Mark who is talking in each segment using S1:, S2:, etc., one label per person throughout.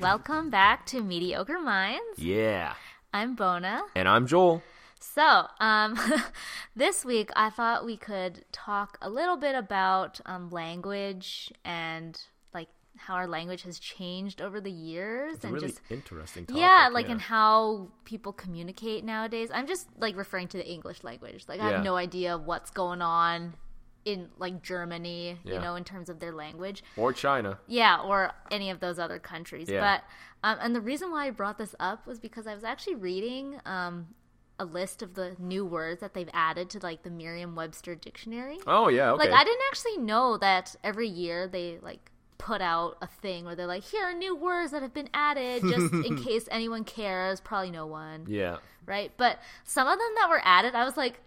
S1: Welcome back to Mediocre Minds.
S2: Yeah.
S1: I'm Bona.
S2: And I'm Joel.
S1: So, um, this week I thought we could talk a little bit about um, language and like how our language has changed over the years
S2: It's a
S1: and
S2: really
S1: just
S2: interesting topic.
S1: yeah, like and how people communicate nowadays. I'm just like referring to the English language. Like I
S2: Yeah.
S1: have no idea what's going on in like Germany,
S2: Yeah.
S1: you know, in terms of their language.
S2: Or China.
S1: Yeah, or any of those other countries.
S2: Yeah.
S1: But um, and the reason why I brought this up was because I was actually reading um, a list of the new words that they've added to like the Merriam-Webster dictionary.
S2: Oh, yeah, okay.
S1: Like I didn't actually know that every year they like put out a thing where they're like, here are new words that have been added just in case anyone cares. Probably no one,
S2: Yeah.
S1: right? But some of them that were added, I was like.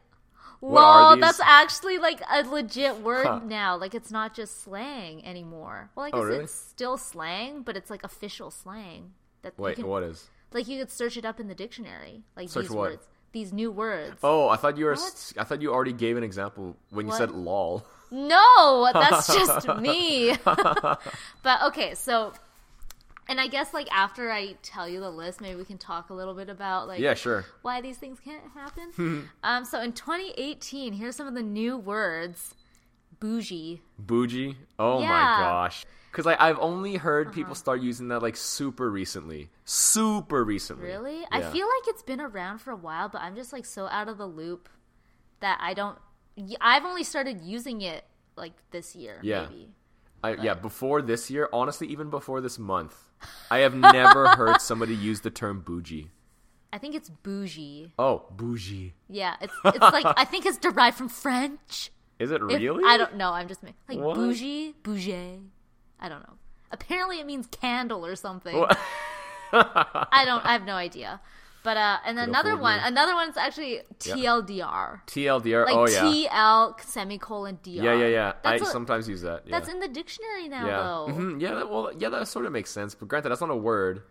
S2: What are
S1: Whoa,
S2: these?"
S1: that's actually like a legit word
S2: Huh.
S1: now. Like it's not just slang anymore. Well, I guess
S2: Oh, really?
S1: it's still slang, but it's like official slang. That you
S2: Wait,
S1: can,
S2: what is?
S1: Like you could search it up in the dictionary. Like
S2: Search
S1: these
S2: what?
S1: words, these new words.
S2: Oh, I thought you were.
S1: What?
S2: I thought you already gave an example when you
S1: What?
S2: said "lol."
S1: No, that's just me. but okay, so and I guess like after I tell you the list, maybe we can talk a little bit about like
S2: Yeah, sure.
S1: why these things can't
S2: Hmm.
S1: happen. um so in 2018, here's some of the new words. Bougie.
S2: Bougie. Oh
S1: Yeah. Uh-huh.
S2: my gosh. Because like I've only heard people start using that like super recently. Super recently.
S1: Really? I
S2: Yeah.
S1: feel like it's been around for a while, but I'm just like so out of the loop that I don't y- I've only started using it like this year
S2: Yeah.
S1: maybe.
S2: I, yeah, before this year, honestly, even before this month, I have never heard somebody use the term bougie.
S1: I think it's bougie.
S2: Oh, bougie.
S1: Yeah, it's it's like I think it's derived from French.
S2: Is it
S1: If-
S2: really?
S1: I don't know. I'm just ma- like
S2: What?
S1: bougie, bougie. I don't know. Apparently, it means candle or something.
S2: What?
S1: I don't. I have no idea. But uh, and another
S2: old
S1: one.
S2: man.
S1: Another one's actually TLDR.
S2: TLDR.
S1: Like
S2: oh yeah.
S1: TL semicolon DR.
S2: yeah, yeah, yeah. I
S1: That's a-
S2: sometimes use that. Yeah.
S1: That's in the dictionary now,
S2: yeah.
S1: though.
S2: Mhm, yeah. That, well, yeah. That sort of makes sense. But granted, that's not a word.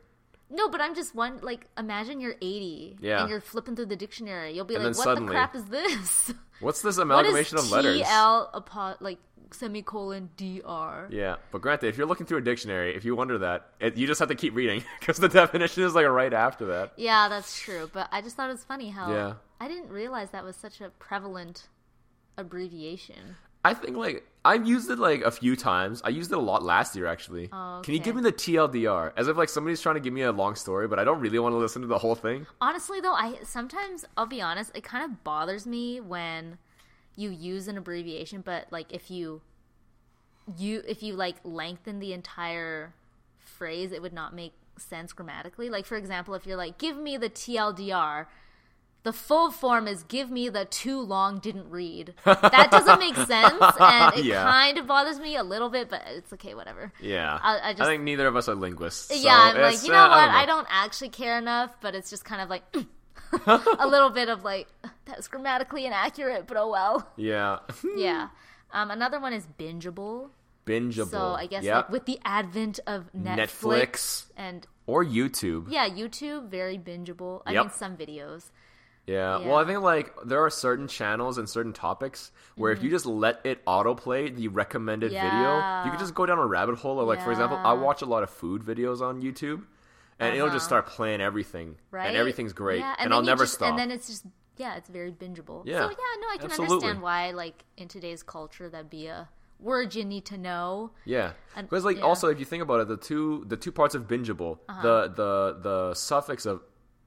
S1: No, but I'm just one. Like, imagine you're 80
S2: Yeah.
S1: and you're flipping through the dictionary. You'll be
S2: And
S1: like,
S2: then
S1: "What
S2: suddenly-
S1: the crap is this?
S2: What's this
S1: What is
S2: amalgamation of letters?
S1: TL upon like semicolon DR?"
S2: Yeah, but granted, if you're looking through a dictionary, if you wonder that, it, you just have to keep reading because the definition is like right after that.
S1: Yeah, that's true. But I just thought it was funny how
S2: Yeah.
S1: I didn't realize that was such a prevalent abbreviation.
S2: I think like I've used it like a few times. I used it a lot last year actually.
S1: Oh,
S2: Can you
S1: okay.
S2: give me the TLDR? As if like somebody's trying to give me a long story, but I don't really want to listen to the whole thing.
S1: Honestly, though, I sometimes I'll be honest, it kind of bothers me when you use an abbreviation, but like if you you if you like lengthen the entire phrase, it would not make sense grammatically. Like for example, if you're like, "Give me the TLDR." The full form is give me the too long didn't read. That doesn't make sense, and it
S2: Yeah.
S1: kind of bothers me a little bit, but it's okay, whatever.
S2: Yeah,
S1: I- I just-
S2: think neither of us are linguists. so
S1: yeah, I'm like,
S2: it's,
S1: you know
S2: uh,
S1: what? I don't,
S2: know.
S1: actually care enough, but it's just kind of like a little bit of like that's grammatically inaccurate, but oh well.
S2: Yeah,
S1: Yeah. Um, another one is bingeable.
S2: bingeable.
S1: So I guess
S2: yeah.
S1: like with the advent of Netflix,
S2: Netflix.
S1: and
S2: or YouTube.
S1: yeah, YouTube, very bingeable. I
S2: Yep.
S1: mean, some videos.
S2: Yeah.
S1: Yeah.
S2: Well, I think like there are certain channels and certain topics where if you just let it autoplay the recommended video, you
S1: Mm-hmm. Yeah.
S2: can just go down a rabbit hole. Or, like for example, I
S1: Yeah.
S2: watch a lot of food videos on YouTube, and it'll just start playing everything,
S1: Uh-huh. Right.
S2: and everything's great,
S1: Yeah,
S2: and,
S1: then
S2: I'll
S1: you
S2: never
S1: just-
S2: stop.
S1: And then it's just yeah, it's very bingeable. So
S2: Yeah,
S1: yeah, no, I can
S2: absolutely.
S1: understand why like in today's culture that'd be a word you need to know.
S2: yeah,
S1: and-
S2: because like
S1: yeah. Uh-huh.
S2: also if you think about it, the two the two parts of bingeable, the the the suffix of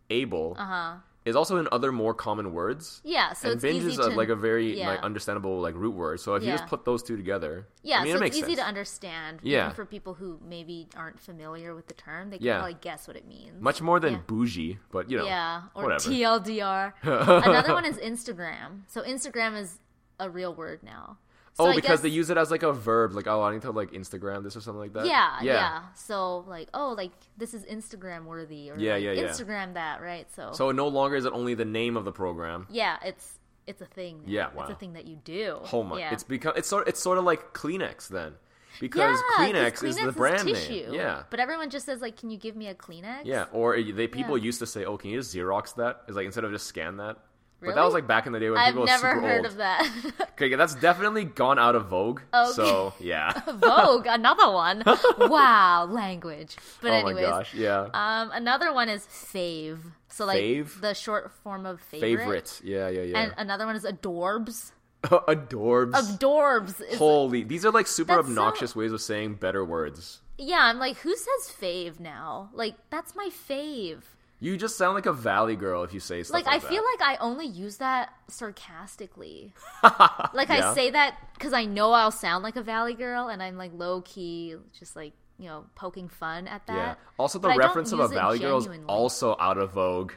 S2: able
S1: Uh-huh.
S2: is also in other more common words.
S1: Yeah, so
S2: and
S1: it's
S2: binge
S1: easy
S2: is
S1: to
S2: a, like a very
S1: yeah.
S2: like understandable like root word. So if you
S1: Yeah.
S2: just put those two together,
S1: Yeah,
S2: I mean,
S1: so
S2: it makes
S1: it's easy to
S2: sense.
S1: understand.
S2: Yeah.
S1: Even for people who maybe aren't familiar with the term, they can
S2: Yeah.
S1: probably guess what it means.
S2: Much more than
S1: Yeah.
S2: bougie, but you know,
S1: yeah, or
S2: whatever.
S1: TLDR. Another one is Instagram. So Instagram is a real word now. So
S2: oh,
S1: I
S2: because
S1: guess-
S2: they use it as like a verb, like oh, I need to like Instagram this or something like that.
S1: yeah, yeah, So like, oh, like this is Instagram worthy, or
S2: Yeah,
S1: like,
S2: yeah, yeah.
S1: Instagram that, right? So,
S2: So no longer is it only the name of the program.
S1: yeah, it's it's a thing. now.
S2: Yeah,
S1: it's
S2: wow.
S1: a thing that you do.
S2: Oh my,
S1: yeah.
S2: it's become it's sort it's sort of like Kleenex then, because
S1: Yeah,
S2: Kleenex,
S1: 'cause
S2: is
S1: Kleenex
S2: the brand
S1: tissue.
S2: name. Yeah,
S1: but everyone just says like, "Can you give me a Kleenex?"
S2: yeah. Or it- they people
S1: Yeah.
S2: used to say, oh, can you just Xerox that? Is like instead of just scan that. But that was like back in the day when
S1: I've
S2: people were
S1: never
S2: super
S1: heard
S2: old.
S1: of that.
S2: Okay, that's definitely gone out of vogue.
S1: Okay.
S2: So yeah.
S1: Vogue, another one. wow, language. But
S2: oh
S1: anyways,
S2: my gosh, yeah.
S1: um, another one is fave. So like
S2: Fave?
S1: the short form of favorite.
S2: Favorite. Yeah, yeah, yeah.
S1: And another one is adorbs.
S2: Adorbs.
S1: Adorbs is
S2: Holy, these are like super
S1: That's so-
S2: obnoxious ways of saying better words.
S1: yeah. I'm like, who says fave now? Like that's my fave.
S2: You just sound like a valley girl if you say stuff
S1: like,
S2: like,
S1: I feel like I only use that sarcastically. like I
S2: Yeah.
S1: say that because I know I'll sound like a valley girl, and I'm like low key, just like you know, poking fun at that.
S2: Yeah. Also, the
S1: But I don't
S2: reference of a
S1: use it
S2: valley girl is
S1: genuinely.
S2: also out of vogue.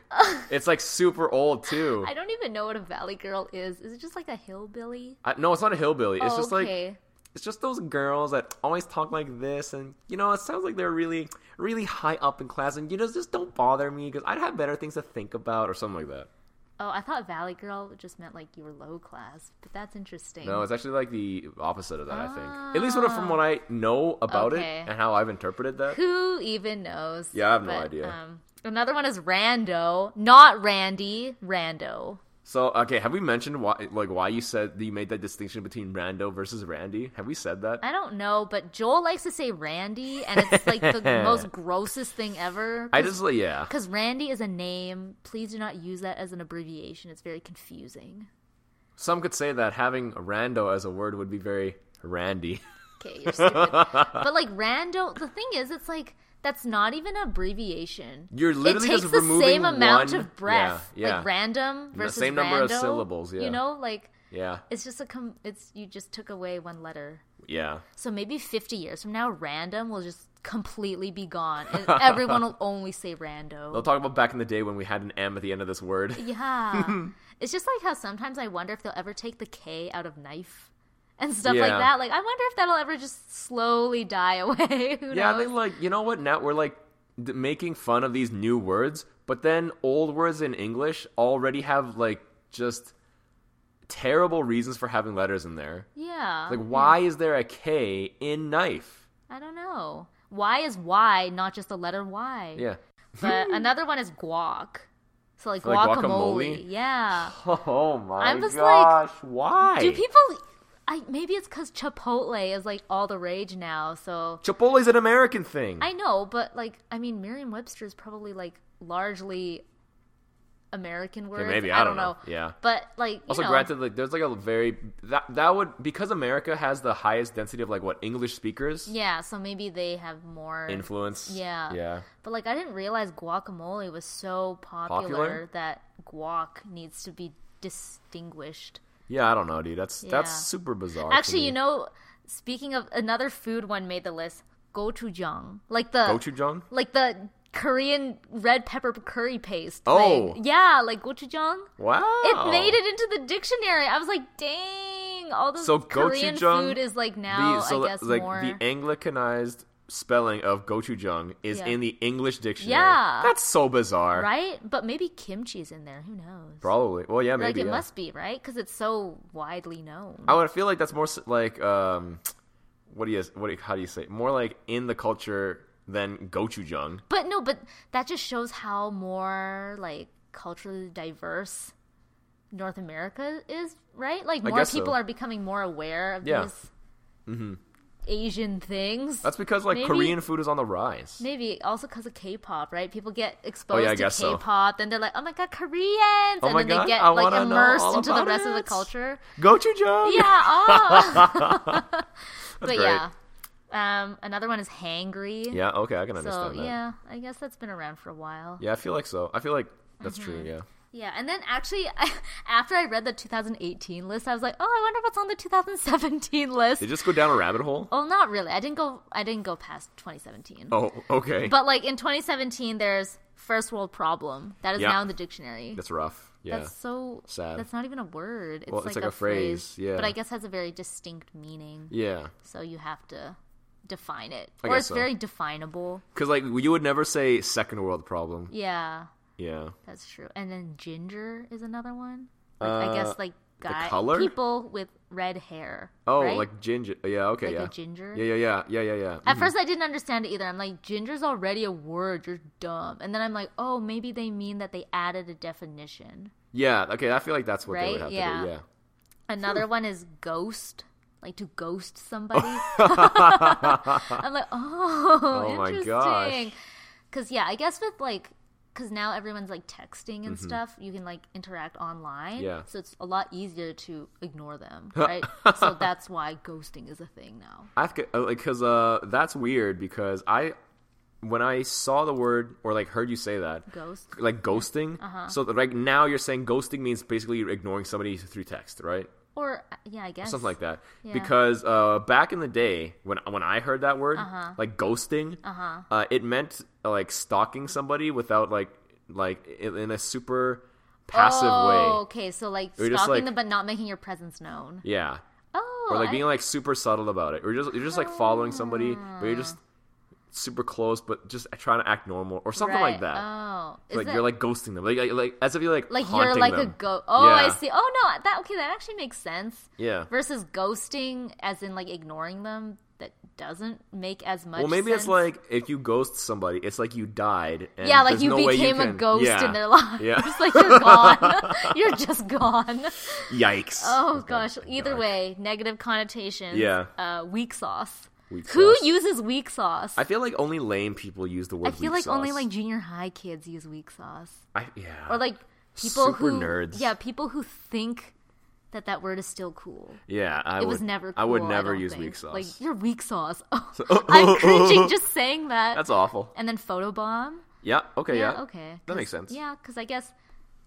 S2: it's like super old too.
S1: I don't even know what a valley girl is. Is it just like a hillbilly?
S2: I, no, it's not a hillbilly. It's
S1: Oh,
S2: just like it's just those girls that always talk like this, and you know, it sounds like they're really, really high up in class, and you know, just don't bother me because I'd have better things to think about or something like that.
S1: Oh, I thought valley girl just meant like you were low class, but that's interesting.
S2: No, it's actually like the opposite of that. I think, at least what- from what I know about
S1: Okay.
S2: it and how I've interpreted that.
S1: Who even knows?
S2: Yeah, I have no idea.
S1: Um, another one is rando, not Randy, rando.
S2: So, okay, have we mentioned why, like, why you said you made that distinction between Rando versus Randy? Have we said that?
S1: I don't know, but Joel likes to say Randy, and it's like the most grossest thing ever.
S2: I just like, yeah.
S1: Because Randy is a name. Please do not use that as an abbreviation. It's very confusing.
S2: Some could say that having rando as a word would be very randy.
S1: Okay, you're stupid. but like rando, the thing is, it's like that's not even an abbreviation.
S2: You're literally
S1: it takes
S2: just
S1: the
S2: removing
S1: same amount
S2: one-
S1: of breath,
S2: yeah, yeah.
S1: like random versus
S2: same number of
S1: rando,
S2: syllables, yeah.
S1: you know, like
S2: Yeah,
S1: it's just a com- it's you just took away one letter.
S2: yeah.
S1: So maybe 50 years from now, random will just completely be gone, and everyone will only say rando.
S2: They'll talk about back in the day when we had an M at the end of this word.
S1: Yeah. it's just like how sometimes I wonder if they'll ever take the K out of knife and stuff like
S2: Yeah.
S1: that. Like, I wonder if that'll ever just slowly die away. Who
S2: Yeah, I
S1: knows?
S2: think like you know what? Now we're like d- making fun of these new words, but then old words in English already have like just terrible reasons for having letters in there.
S1: Oh, yeah.
S2: Like, why is there a K in knife?
S1: I don't know. Why is Y not just the letter Y?
S2: Yeah.
S1: But another one is guac. So, like,
S2: Like
S1: guacamole.
S2: guacamole?
S1: Yeah.
S2: Oh my
S1: I'm just like,
S2: why?
S1: Do people. I, maybe it's because Chipotle is like all the rage now, so
S2: Chipotle's an American thing.
S1: I know, but like, I mean, Merriam-Webster is probably like largely American words.
S2: maybe,
S1: I,
S2: I
S1: don't
S2: don't
S1: know.
S2: know. Yeah.
S1: but like, you
S2: Also,
S1: know,
S2: granted, like there's like a very that that would because America has the highest density of like what English speakers
S1: yeah. So maybe they have more
S2: influence.
S1: Yeah.
S2: yeah.
S1: But like, I didn't realize guacamole was so popular,
S2: Popular?
S1: that guac needs to be distinguished.
S2: Yeah, I don't know, dude. That's that's
S1: Yeah.
S2: super bizarre. to
S1: Actually,
S2: me.
S1: you know, speaking of another food, one made the list: gochujang, like the
S2: gochujang.
S1: like the Korean red pepper curry paste.
S2: Oh.
S1: thing. yeah, like gochujang.
S2: Wow,
S1: It made it into the dictionary. I was like, dang, all the
S2: So
S1: Korean
S2: gochujang,
S1: food is like
S2: The-
S1: now, I
S2: so the-
S1: guess,
S2: like
S1: more.
S2: the Anglicanized spelling of gochujang is
S1: Yeah.
S2: in the English dictionary.
S1: Yeah.
S2: that's so bizarre.
S1: right? But maybe kimchi's in there. Who knows?
S2: Probably. Well, yeah, maybe.
S1: like, it
S2: yeah.
S1: must be, right? Because it's so widely known.
S2: I would feel like that's more s- like um, what do you what do you, how do you say it? more like in the culture than gochujang.
S1: But no, but that just shows how more, like, culturally diverse North America is, right? Like,
S2: I
S1: more
S2: guess so.
S1: people are becoming more aware of
S2: Yeah.
S1: these
S2: Mm-hmm.
S1: Asian things.
S2: That's because like
S1: Maybe-
S2: Korean food is on the rise.
S1: Maybe also because of K-pop, right? People get exposed
S2: Oh, I
S1: to
S2: guess so.
S1: K-pop, then they're like, "Oh my god, Koreans!"
S2: Oh
S1: and
S2: my
S1: then
S2: God,
S1: they get
S2: I
S1: like
S2: wanna know
S1: immersed
S2: all
S1: into the
S2: about
S1: rest of the
S2: it.
S1: culture.
S2: Gochujang.
S1: Yeah, oh. but
S2: great.
S1: yeah, um, another one is hangry.
S2: Yeah. Okay, I can
S1: so
S2: understand that. Yeah.
S1: yeah, I guess that's been around for a while.
S2: I feel like so. I feel like that's true.
S1: Mm-hmm.
S2: Yeah.
S1: Yeah, and then actually, after I read the 2018 list, I was like, "Oh, I wonder what's on the 2017 list."
S2: Did you just go down a rabbit hole?
S1: Oh, not really. I didn't go. I didn't go past 2017.
S2: Oh, okay.
S1: But like in 2017, there's first world problem that is
S2: Yeah.
S1: now in the dictionary.
S2: that's rough. Yeah.
S1: That's so
S2: Sad.
S1: That's not even a word. It's,
S2: Well,
S1: like, a, phrase,
S2: yeah.
S1: But I guess has a very distinct meaning,
S2: yeah.
S1: so you have to define it,
S2: I
S1: or
S2: guess
S1: it's
S2: so.
S1: very definable.
S2: Because like you would never say second world problem.
S1: Yeah,
S2: Yeah.
S1: that's true. And then ginger is another one. Like, I guess like guy
S2: Uh, color?
S1: people with red hair.
S2: Oh,
S1: right?
S2: like ginger. Yeah. Okay.
S1: Like a
S2: yeah.
S1: ginger? Uh,
S2: Yeah. Yeah. Yeah. Yeah. Yeah. Yeah.
S1: At first, I didn't understand it either. I'm like, ginger's already a word. You're dumb. And then I'm like, oh, maybe they mean that they added a definition.
S2: Yeah. Okay. I feel like that's what they
S1: Right?
S2: would have
S1: Yeah.
S2: to do. Yeah.
S1: Another one is ghost, like to ghost somebody. I'm like, oh,
S2: Oh my
S1: interesting.
S2: gosh.
S1: Because yeah, I guess with like, because now everyone's like texting and stuff, you can like interact online.
S2: Mm-hmm. Yeah.
S1: So it's a lot easier to ignore them, right? so that's why ghosting is a thing now.
S2: I because uh, that's weird because I when I saw the word or like heard you say that
S1: Ghost.
S2: like ghosting.
S1: Uh-huh.
S2: So like now you're saying ghosting means basically you're ignoring somebody through text, right?
S1: Or uh, yeah, I guess
S2: Something like that.
S1: Yeah.
S2: Because uh, back in the day when when I heard that word,
S1: Uh-huh.
S2: like ghosting, uh it meant uh, like stalking somebody without like like in in a super passive
S1: oh,
S2: way.
S1: okay. So like
S2: Or
S1: stalking
S2: just, like-
S1: them, but not making your presence known.
S2: Yeah.
S1: Oh,
S2: or like
S1: I-
S2: being like super subtle about it, or you're just you're just like following somebody, but you're just super close, but just trying to act normal or something
S1: right.
S2: like that.
S1: Oh, is
S2: like
S1: that-
S2: you're like ghosting them, like like, like as if you're like
S1: like you're
S2: haunting
S1: like a
S2: them.
S1: ghost. Oh, I
S2: Yeah.
S1: see. Oh no, that okay. That actually makes sense.
S2: Yeah.
S1: Versus ghosting, as in like ignoring them, that doesn't make as much.
S2: Well, maybe it's
S1: sense.
S2: like if you ghost somebody, it's like you died. And
S1: yeah, like
S2: there's
S1: you
S2: no way
S1: became a
S2: can-
S1: ghost
S2: yeah.
S1: in their lives.
S2: Yeah.
S1: It's like you're gone. you're just gone.
S2: Yikes!
S1: Oh
S2: Okay.
S1: gosh. Either
S2: Dark.
S1: way, negative connotations.
S2: Yeah.
S1: Uh, weak sauce.
S2: Weak
S1: Who
S2: sauce.
S1: uses weak sauce?
S2: I feel like only lame people use the word.
S1: I feel like
S2: weak
S1: only
S2: sauce.
S1: like junior high kids use weak sauce.
S2: I, yeah
S1: or like people
S2: Super
S1: who
S2: nerds.
S1: yeah people who think that that word is still cool
S2: yeah. I
S1: it
S2: would,
S1: was never cool,
S2: I would
S1: I
S2: never
S1: don't
S2: use
S1: think.
S2: weak sauce.
S1: like you're weak sauce oh, i'm cringing just saying that
S2: That's awful.
S1: and then photobomb
S2: Yeah. Okay.
S1: yeah,
S2: Yeah.
S1: okay
S2: That makes
S1: 'Cause-
S2: sense.
S1: yeah because i guess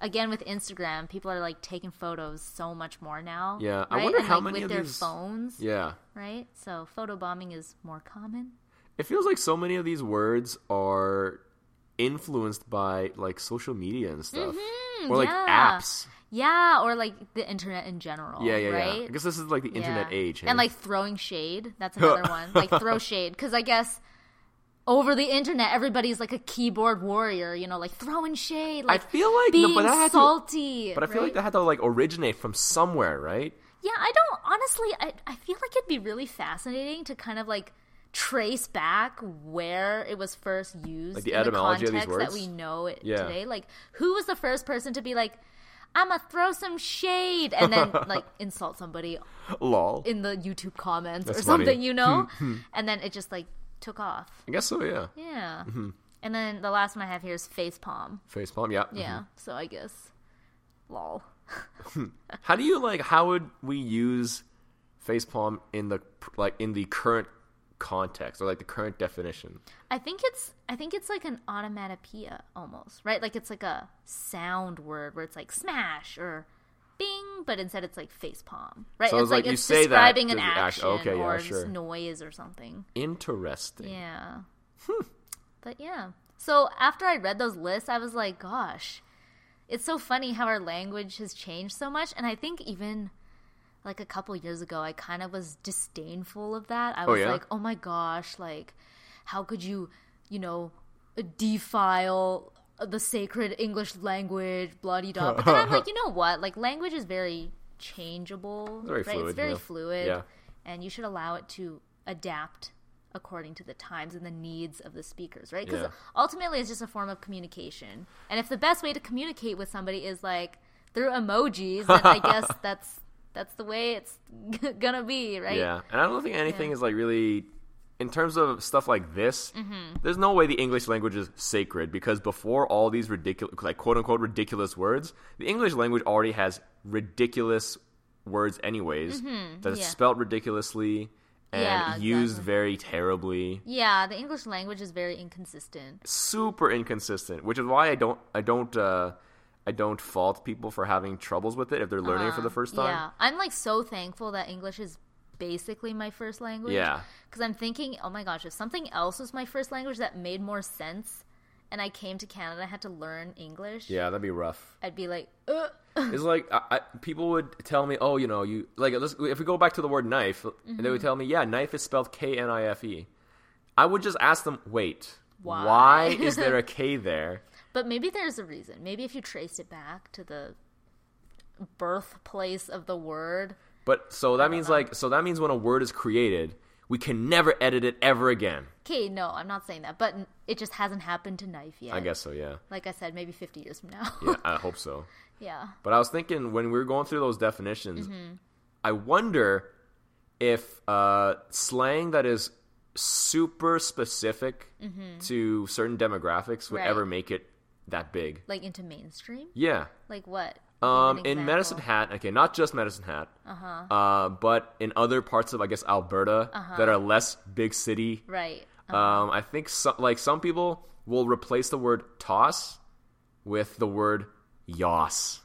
S1: again with instagram people are like taking photos so much more now
S2: Yeah, I
S1: right?
S2: wonder
S1: and,
S2: how
S1: like,
S2: many
S1: with
S2: of
S1: their
S2: these-
S1: phones
S2: Yeah.
S1: right so photobombing is more common
S2: It feels like so many of these words are influenced by like social media and stuff, or like
S1: Mm-hmm, yeah.
S2: apps.
S1: yeah or like the internet in general
S2: Yeah, yeah,
S1: right
S2: yeah. I guess this is like the internet
S1: Yeah.
S2: age, hey?
S1: And like throwing shade. That's another one. Like throw shade. Because I guess over the internet, everybody's like a keyboard warrior, you know, like throwing shade. Like
S2: feel like- no,
S1: being
S2: but that had to-
S1: salty.
S2: but I feel like
S1: right?
S2: that had to like originate from somewhere, right?
S1: Yeah, I don't, honestly, I, I feel like it'd be really fascinating to kind of like trace back where it was first used
S2: Like the
S1: in the
S2: etymology
S1: context
S2: of these
S1: that we
S2: words?
S1: know it
S2: Yeah.
S1: today. Like, who was the first person to be like, I'm gonna throw some shade and then like insult somebody
S2: Lol.
S1: in the YouTube comments or
S2: That's
S1: something,
S2: funny. Hmm,
S1: you know? and then it just like took off.
S2: I guess so. Yeah.
S1: Yeah.
S2: Hmm,
S1: And then the last one I have here is facepalm.
S2: Facepalm. Yeah.
S1: Yeah. So I guess lol.
S2: How do you like? How would we use facepalm in the like in the current context or like the current definition?
S1: I think it's I think it's like an onomatopoeia almost, right? Like it's like a sound word where it's like smash or bing, but instead it's like facepalm, right?
S2: So it's like you
S1: it's
S2: say that,
S1: describing an
S2: the act-
S1: action
S2: okay, yeah,
S1: or
S2: sure.
S1: just noise or something.
S2: Interesting. Hmm.
S1: Yeah. but yeah. So after I read those lists, I was like, gosh, it's so funny how our language has changed so much. And I think even like a couple years ago, I kind of was disdainful of that. I was
S2: yeah?
S1: like, oh my gosh, like, how could you, you know, defile the sacred English language, blah de da. But then I'm like, you know what? Like, language is very changeable,
S2: very
S1: right?
S2: fluid,
S1: it's very
S2: yeah.
S1: fluid
S2: Yeah.
S1: and you should allow it to adapt according to the times and the needs of the speakers, right? Because
S2: Yeah.
S1: ultimately, it's just a form of communication. And if the best way to communicate with somebody is like through emojis, then I guess that's that's the way it's gonna be, right?
S2: Yeah, and I don't think anything is like really, in terms of stuff like this.
S1: Mm-hmm.
S2: There's no way the English language is sacred because before all these ridiculous, like quote unquote, ridiculous words, the English language already has ridiculous words, anyways. that is
S1: Mm-hmm. yeah.
S2: spelt ridiculously and
S1: Yeah,
S2: used
S1: exactly.
S2: very terribly.
S1: Yeah, the English language is very inconsistent.
S2: Super inconsistent, which is why I don't, I don't, uh, I don't fault people for having troubles with it if they're learning it for the first time.
S1: Yeah, I'm like so thankful that English is basically my first language.
S2: Yeah.
S1: because I'm thinking, oh my gosh, if something else was my first language that made more sense, and I came to Canada, I had to learn English.
S2: Yeah, that'd be rough.
S1: I'd be like, "Uh." Ugh.
S2: It's like I, I, people would tell me, "Oh, you know, you like let's, if we go back to the word knife, and they would tell me, "Yeah, knife is spelled K N I F E." I would just ask them, "Wait,
S1: Why?"
S2: why is there a K there?"
S1: but maybe there's a reason. Maybe if you traced it back to the birthplace of the word,
S2: But so that means like so that means when a word is created, We can never edit it ever again.
S1: Okay, no, I'm not saying that, but n- it just hasn't happened to knife yet.
S2: I guess so, yeah.
S1: Like I said, maybe 50 years from now.
S2: Yeah, I hope so.
S1: yeah.
S2: But I was thinking when we were going through those definitions,
S1: Mm-hmm.
S2: I wonder if uh, slang that is super specific to certain demographics
S1: Mm-hmm.
S2: would
S1: Right.
S2: ever make it that big.
S1: Like into mainstream?
S2: Yeah.
S1: Like what? Give
S2: Um,
S1: an
S2: in
S1: example.
S2: Medicine Hat, okay, not just Medicine Hat, uh-huh. but in other parts of, I guess, Alberta
S1: Uh-huh.
S2: that are less big city.
S1: Right.
S2: Um, I think some, like some people will replace the word toss with the word yoss.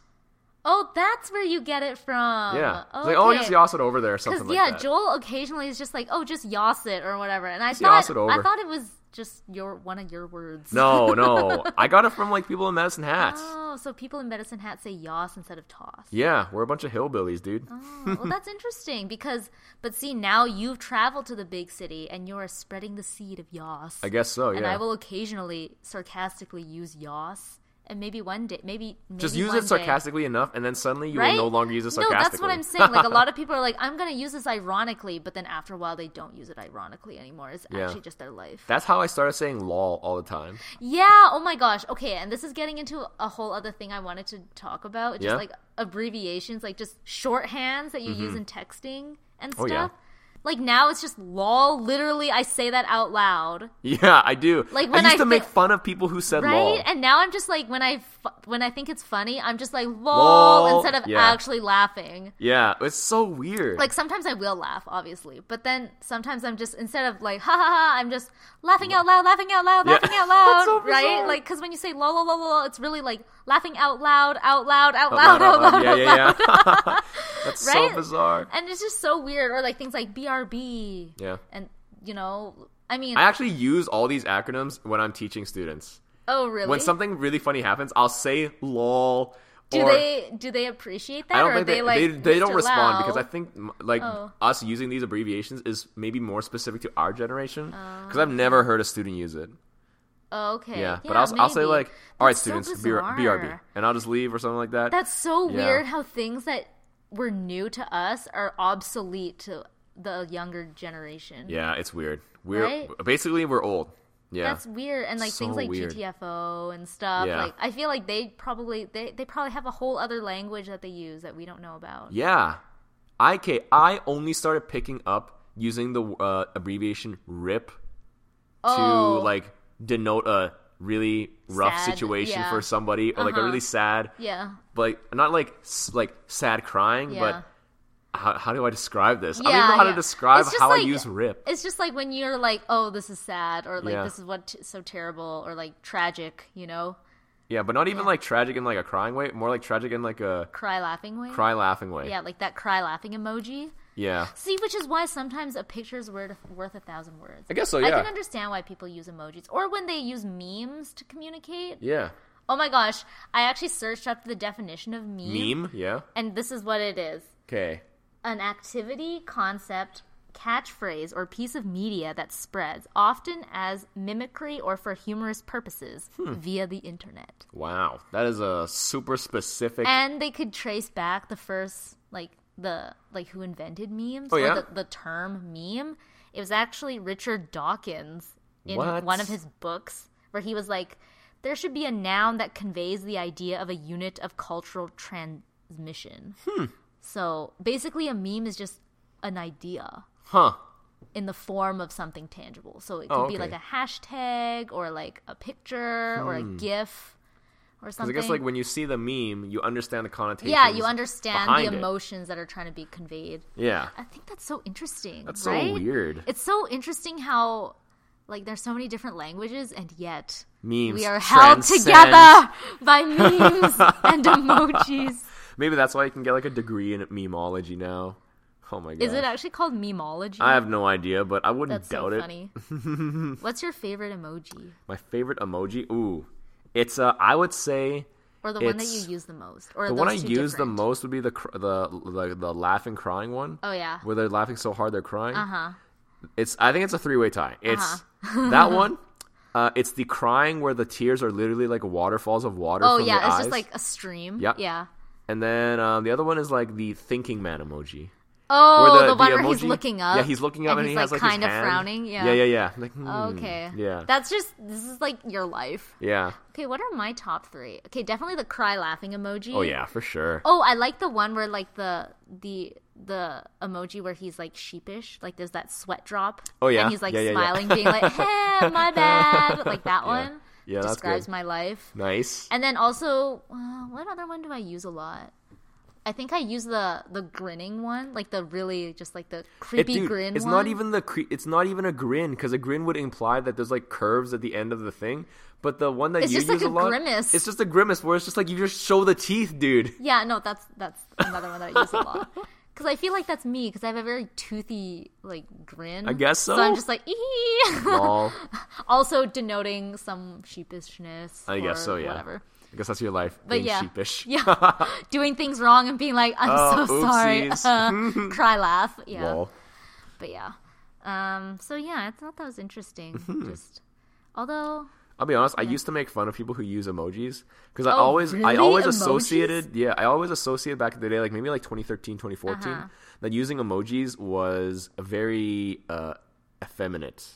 S1: Oh, that's where you get it from.
S2: Yeah.
S1: Uh-huh. Okay.
S2: It's like, oh, I guess yoss it over there or something
S1: Because
S2: like
S1: yeah,
S2: that.
S1: Joel occasionally is just like, "Oh, just yoss it or whatever," and I
S2: yoss
S1: thought
S2: it over.
S1: I thought it was just your one of your words.
S2: no, no. I got it from like people in Medicine Hats.
S1: Oh, so people in Medicine Hat say yoss instead of toss.
S2: Yeah, we're a bunch of hillbillies, dude.
S1: Oh, well, that's interesting because, but see, now you've traveled to the big city and you're spreading the seed of yoss.
S2: I guess so, yeah.
S1: And I will occasionally sarcastically use yoss, and maybe one day, maybe, maybe
S2: Just use
S1: one
S2: it
S1: day-
S2: sarcastically enough, and then suddenly you
S1: Right?
S2: will no longer use it
S1: No,
S2: sarcastically.
S1: that's what I'm saying. Like a lot of people are like, I'm gonna use this ironically, but then after a while, they don't use it ironically anymore. It's
S2: Yeah.
S1: actually just their life.
S2: That's how I started saying lol all the time.
S1: Yeah. Oh my gosh. Okay. And this is getting into a whole other thing I wanted to talk about. Just
S2: Yeah.
S1: like abbreviations, like just shorthands that you use in texting and stuff.
S2: Mm-hmm. Oh, yeah.
S1: Like now it's just lol. Literally, I say that out loud,
S2: Yeah, I do.
S1: Like,
S2: I
S1: when
S2: used
S1: I
S2: to make
S1: fi-
S2: fun of people who said
S1: right?
S2: lol.
S1: And now I'm just like when I f- when I think it's funny, I'm just like lol,
S2: Lol.
S1: instead of
S2: Yeah.
S1: actually laughing.
S2: Yeah, it's so weird.
S1: Like sometimes I will laugh, obviously, but then sometimes I'm just instead of like ha ha ha, I'm just laughing out loud, laughing out loud,
S2: Yeah.
S1: laughing out loud,
S2: That's so
S1: right?
S2: bizarre.
S1: Like because when you say lol lol lol, lol, it's really like laughing out loud, out loud, out, loud,
S2: Out loud,
S1: out loud,
S2: out
S1: out
S2: loud. um, yeah, yeah,
S1: loud.
S2: yeah. That's so
S1: Right?
S2: bizarre.
S1: and it's just so weird. Or like things like brb,
S2: Yeah.
S1: and you know, I mean,
S2: I actually use all these acronyms when I'm teaching students.
S1: oh really?
S2: When something really funny happens, I'll say lol.
S1: do
S2: or,
S1: they do they appreciate that?
S2: I don't
S1: or
S2: think
S1: are they,
S2: they,
S1: like
S2: they, they don't
S1: Mr.
S2: respond
S1: Lau?
S2: because I think m- like
S1: Oh.
S2: us using these abbreviations is maybe more specific to our generation because I've never heard a student use it.
S1: oh, okay,
S2: Yeah, but I'll, I'll say
S1: maybe.
S2: like, all right,
S1: That's so
S2: students, BR- BRB,
S1: bizarre.
S2: and I'll just leave or something like that.
S1: That's so
S2: Yeah.
S1: weird how things that were new to us are obsolete to the younger generation.
S2: yeah, it's weird. We're
S1: Right?
S2: basically we're old. Yeah,
S1: That's weird. And like
S2: So
S1: things like
S2: weird.
S1: GTFO and stuff.
S2: Yeah.
S1: Like I feel like they probably they, they probably have a whole other language that they use that we don't know about.
S2: Yeah. I, okay, I only started picking up using the uh, abbreviation RIP
S1: Oh.
S2: to like denote a really rough
S1: Sad,
S2: situation
S1: yeah. Uh-huh.
S2: for somebody or like a really sad
S1: Yeah.
S2: like not like s- like sad crying
S1: Yeah.
S2: but how, how do I describe this? I don't
S1: Yeah,
S2: even know how
S1: yeah.
S2: to describe
S1: It's just
S2: how I
S1: like-
S2: use RIP.
S1: It's just like when you're like, oh, this is sad, or like
S2: Yeah.
S1: this is what t- so terrible, or like tragic, you know,
S2: Yeah, but not even like tragic in like a crying way, more like tragic in like a
S1: cry laughing way.
S2: cry laughing way.
S1: Yeah, like that cry laughing emoji.
S2: Yeah.
S1: See, which is why sometimes a picture is worth, worth a thousand words.
S2: I guess so,
S1: I
S2: Oh, yeah.
S1: can understand why people use emojis or when they use memes to communicate.
S2: yeah.
S1: Oh my gosh, I actually searched up the definition of meme,
S2: Meme, yeah.
S1: and this is what it is
S2: Okay.
S1: an activity, concept, catchphrase, or piece of media that spreads, often as mimicry or for humorous purposes, via the internet.
S2: Wow. That is a super specific
S1: And they could trace back the first, like, the like who invented memes
S2: Oh, yeah?
S1: or the, the term meme it was actually richard dawkins in
S2: What?
S1: one of his books where he was like there should be a noun that conveys the idea of a unit of cultural transmission
S2: Hmm.
S1: so basically a meme is just an idea
S2: Huh.
S1: in the form of something tangible. So it could
S2: Oh,
S1: be like
S2: okay.
S1: a hashtag or like a picture or a GIF or
S2: Because I
S1: something.
S2: guess like when you see the meme, you understand the connotation.
S1: yeah, you understand
S2: behind
S1: the
S2: it.
S1: emotions that are trying to be conveyed.
S2: Yeah,
S1: I think that's so interesting.
S2: that's
S1: right?
S2: so weird.
S1: It's so interesting how like there's so many different languages and yet
S2: Memes.
S1: we are held
S2: transcend-
S1: together by memes and emojis.
S2: Maybe that's why you can get like a degree in memology now. Oh my god.
S1: Is it actually called memeology?
S2: I have no idea, but I wouldn't
S1: that's so
S2: doubt it.
S1: funny. What's your favorite emoji?
S2: My favorite emoji. Ooh, it's uh, I would say
S1: Or the one that
S2: It's-
S1: you use the most? Or
S2: the one I
S1: those two
S2: use the
S1: different?
S2: most would be the cr- the the, the laughing crying one.
S1: Oh yeah.
S2: Where they're laughing so hard they're crying.
S1: Uh Uh-huh. huh.
S2: It's I think it's a three way tie. It's that one. Uh, it's the crying where the tears are literally like waterfalls of water.
S1: Oh
S2: from
S1: yeah,
S2: the
S1: it's
S2: eyes.
S1: just like a stream.
S2: Yeah.
S1: Yeah.
S2: And then um, the other one is like the thinking man emoji.
S1: Oh,
S2: Where
S1: the, one where he's looking up.
S2: Yeah, he's looking up, and,
S1: he's
S2: he has
S1: like
S2: like his
S1: kind of
S2: hand.
S1: frowning. Yeah.
S2: yeah, yeah, yeah. Like, hmm,
S1: Okay.
S2: yeah,
S1: That's just this is like your life.
S2: yeah.
S1: Okay, what are my top three? Okay, definitely the cry laughing emoji.
S2: Oh yeah, for sure.
S1: Oh, I like the one where like the the the emoji where he's like sheepish, like there's that sweat drop.
S2: Oh, yeah.
S1: and he's like
S2: Yeah, yeah, yeah.
S1: smiling, being like, "Hey, my bad," like that one.
S2: Yeah, that's
S1: describes
S2: good.
S1: my life.
S2: Nice.
S1: And then also, uh, what other one do I use a lot? I think I use the the grinning one, like the really just like the
S2: It-
S1: creepy
S2: dude,
S1: grin.
S2: it's
S1: one.
S2: not even the cre- it's not even a grin because a grin would imply that there's like curves at the end of the thing. But the one that
S1: It's
S2: you
S1: just like
S2: use
S1: a
S2: a lot,
S1: grimace.
S2: it's just a grimace where it's just like you just show the teeth, dude.
S1: Yeah, no, that's that's another one that I use a lot. Because I feel like that's me. Because I have a very toothy like grin.
S2: I guess
S1: So I'm
S2: so.
S1: just like, ee.
S2: Lol.
S1: also denoting some sheepishness.
S2: I guess
S1: or
S2: so, yeah.
S1: Whatever.
S2: I guess that's your life.
S1: But
S2: being
S1: yeah,
S2: sheepish.
S1: yeah, doing things wrong and being like, I'm
S2: Oh,
S1: so sorry.
S2: oopsies.
S1: Uh, cry, laugh. Yeah,
S2: Lol.
S1: but yeah. Um. So yeah, I thought that was interesting.
S2: Mm-hmm.
S1: Just although
S2: I'll be honest. I used to make fun of people who use emojis because I
S1: Oh,
S2: always, I
S1: really?
S2: always
S1: Emojis?
S2: associated, yeah, I always associated back in the day, like maybe like 2013, 2014,
S1: Uh-huh.
S2: that using emojis was a very uh, effeminate.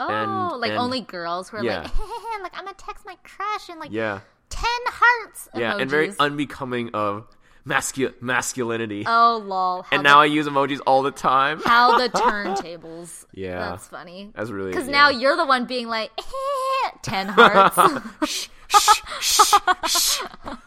S1: oh,
S2: And-
S1: like
S2: and-
S1: only girls who are
S2: yeah.
S1: like, like I'm gonna text my crush and like
S2: Yeah,
S1: ten hearts.
S2: yeah, and very
S1: emojis.
S2: unbecoming of mascu- masculinity.
S1: Oh lol. How
S2: and
S1: the,
S2: now I use emojis all the time.
S1: how the turntables.
S2: Yeah.
S1: That's funny.
S2: That's really
S1: Because
S2: yeah.
S1: now you're the one being like, "Eh, ten hearts.
S2: Shh, shh, shh.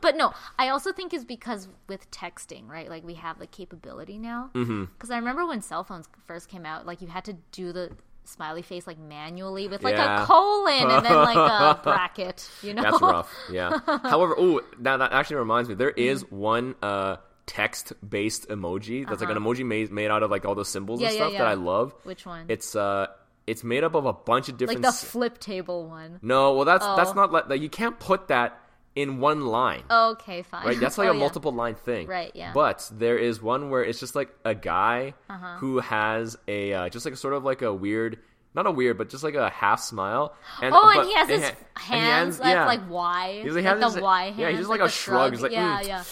S1: but no, I also think is because with texting, right? Like we have the capability now. Because
S2: Mm-hmm.
S1: I remember when cell phones first came out, like you had to do the smiley face like manually with like
S2: Yeah.
S1: a colon and then like a bracket. You know,
S2: That's rough. Yeah. However, oh, that, that actually reminds me. There is
S1: Mm-hmm.
S2: one uh, text-based emoji that's like an emoji made, made out of like all those symbols and
S1: Uh-huh. Yeah, yeah,
S2: stuff that
S1: yeah.
S2: I love.
S1: Which one?
S2: It's uh, it's made up of a bunch of
S1: like
S2: different.
S1: the
S2: s-
S1: flip table one.
S2: no, well, that's that's
S1: Oh.
S2: not like like, you can't put that in one line.
S1: Okay, fine.
S2: Right, that's like
S1: Oh,
S2: a
S1: yeah.
S2: multiple line thing.
S1: Right, yeah. Uh-huh.
S2: But there is one where it's just like a guy who has a uh, just like sort of like a weird, not a weird, but just like a half smile. And,
S1: Oh,
S2: but-
S1: and he has his
S2: ha-
S1: hands,
S2: and he has-
S1: that's
S2: yeah.
S1: like Y.
S2: He's
S1: like
S2: like, has
S1: the
S2: his-
S1: Y
S2: yeah,
S1: hands.
S2: he's just like a
S1: the
S2: shrug. He's like,
S1: yeah,
S2: mm.
S1: yeah.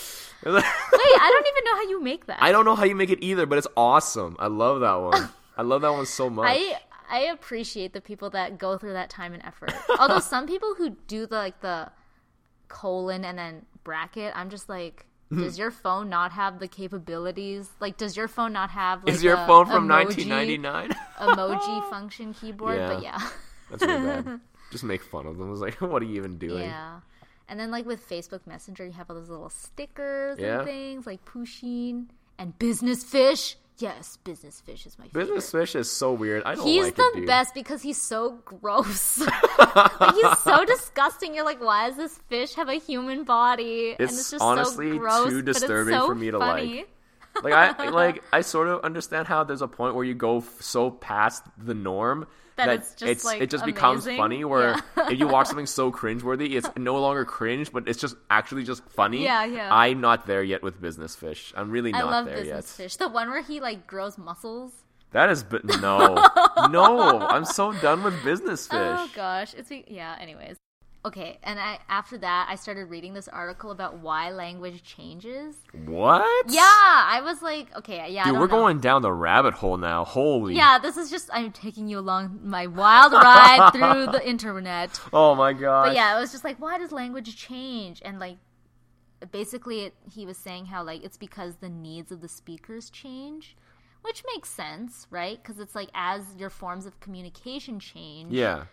S1: Wait, I don't even know how you make that.
S2: I don't know how you make it either, but it's awesome. I love that one. I love that one so much.
S1: I I appreciate the people that go through that time and effort. Although some people who do the like the colon and then bracket, I'm just like,
S2: Mm-hmm.
S1: does your phone not have the capabilities? Like, does your phone not have? Like,
S2: Is your
S1: a
S2: phone from
S1: emoji-
S2: 1999?
S1: Emoji function keyboard, but yeah,
S2: That's really bad. Just make fun of them. It's like, what are you even doing?
S1: yeah. And then like with Facebook Messenger, you have all those little stickers
S2: Yeah.
S1: and things like Pusheen and Business Fish. Yes, Business Fish is my favorite.
S2: Business fish is so weird. I don't
S1: He's
S2: like
S1: the
S2: it, dude.
S1: best because he's so gross. like, he's so disgusting. You're like, why does this fish have a human body?
S2: It's honestly too disturbing for me to like. Like I like I sort of understand how there's a point where you go f- so past the norm
S1: That it's just, like,
S2: it just becomes
S1: amazing.
S2: funny. Where if you watch something so cringeworthy, it's no longer cringe, but it's just actually just funny.
S1: Yeah, yeah.
S2: I'm not there yet with business fish. I'm really
S1: I
S2: not
S1: love
S2: there
S1: business
S2: yet.
S1: fish. The one where he like grows muscles.
S2: That is, but no, no. I'm so done with business fish.
S1: Oh gosh, it's be- yeah. Anyways, okay. And I after that, I started reading this article about why language changes.
S2: What?
S1: Yeah, I was like, okay, yeah. I
S2: Dude,
S1: don't
S2: we're
S1: know.
S2: going down the rabbit hole now. Holy.
S1: Yeah, this is just I'm taking you along my wild ride through the internet.
S2: Oh my god.
S1: But yeah, it was just like, why does language change? And like, basically, it, he was saying how like it's because the needs of the speakers change, which makes sense, right? Because it's like as your forms of communication change,
S2: Yeah.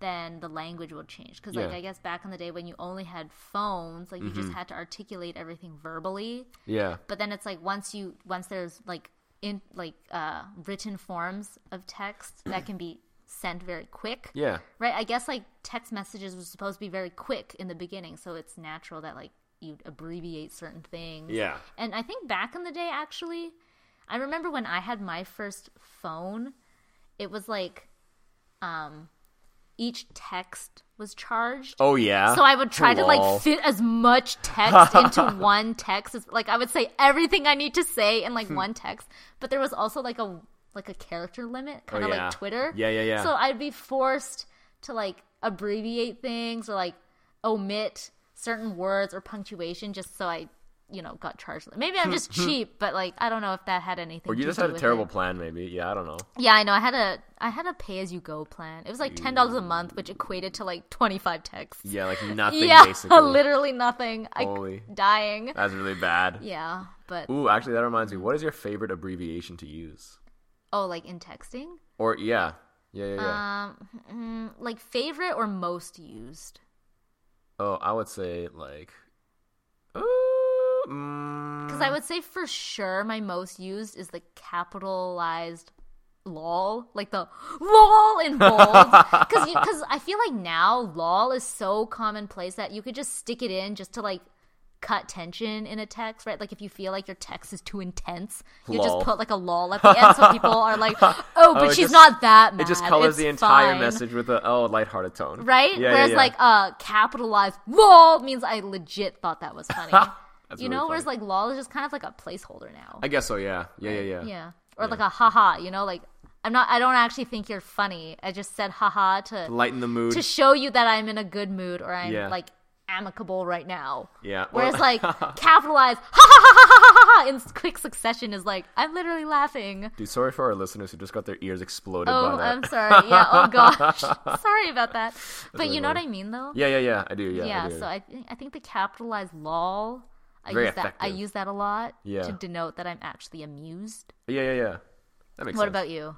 S1: then the language will change. Because like
S2: Yeah. Mm-hmm.
S1: I guess back in the day when you only had phones, like you just had to articulate everything verbally.
S2: Yeah.
S1: But then it's like once you once there's like in like uh, written forms of text that can be sent very quick.
S2: Yeah.
S1: Right. I guess like text messages were supposed to be very quick in the beginning, so it's natural that like you'd abbreviate certain things.
S2: Yeah.
S1: And I think back in the day, actually, I remember when I had my first phone, it was like, um, each text was charged.
S2: Oh yeah.
S1: So I would try to
S2: Lol.
S1: like fit as much text into one text. as- Like I would say everything I need to say in like
S2: Hmm.
S1: one text, but there was also like a like a character limit, kind of
S2: Oh, yeah.
S1: like Twitter.
S2: Yeah, yeah, yeah.
S1: So I'd be forced to like abbreviate things or like omit certain words or punctuation just so I you know got charged. Maybe I'm just cheap, but like I don't know if that had anything.
S2: Or Hmm, you
S1: to
S2: just
S1: do
S2: had a
S1: with
S2: terrible
S1: it.
S2: plan, maybe. Yeah, I don't know.
S1: Yeah, I know. I had a I had a pay as you go plan. It was like ten dollars a month, which equated to like twenty five texts.
S2: Yeah, like nothing
S1: yeah,
S2: basically.
S1: literally nothing.
S2: Holy.
S1: I dying.
S2: That's really bad.
S1: Yeah, but
S2: Ooh, actually, that reminds me. What is your favorite abbreviation to use?
S1: oh, like in texting,
S2: Or yeah, yeah, yeah, yeah.
S1: um, mm, like favorite or most used.
S2: oh, I would say like. uh, mm, Because
S1: Because I would say for sure my most used is the capitalized lol, like the lol in bold. Because because I feel like now lol is so commonplace that you could just stick it in just to like cut tension in a text, right? Like if you feel like your text is too intense, you
S2: Lol.
S1: just put like a lol at the end, so people are like, "Oh, but
S2: it
S1: she's
S2: just-
S1: not that mad."
S2: It just colors
S1: It's
S2: the entire
S1: fine."
S2: message with a oh lighthearted tone,
S1: Right?
S2: Yeah,
S1: Whereas
S2: yeah, yeah.
S1: like uh capitalized lol means I legit thought that was funny.
S2: That's
S1: you
S2: really
S1: know, whereas
S2: funny.
S1: like lol is just kind of like a placeholder now.
S2: I guess so. Yeah, yeah, yeah, yeah.
S1: Yeah. Or like a haha, you know, like I'm not I don't actually think you're funny. I just said haha to
S2: Lighten the mood.
S1: to show you that I'm in a good mood or I'm
S2: Yeah.
S1: like amicable right now.
S2: Yeah, well-
S1: Whereas like capitalized ha ha ha ha ha ha ha in quick succession is like I'm literally laughing.
S2: Dude, sorry for our listeners who just got their ears exploded
S1: Oh,
S2: by that.
S1: I'm sorry. Yeah. Oh gosh. sorry about that. But you know what I mean though.
S2: yeah, yeah, yeah. I do. Yeah,
S1: Yeah,
S2: I do.
S1: so I think I think the capitalized lol. I
S2: Very
S1: use that. I
S2: effective.
S1: use that a lot
S2: Yeah.
S1: to denote that I'm actually amused.
S2: yeah, yeah, yeah. That makes
S1: What
S2: sense.
S1: about you?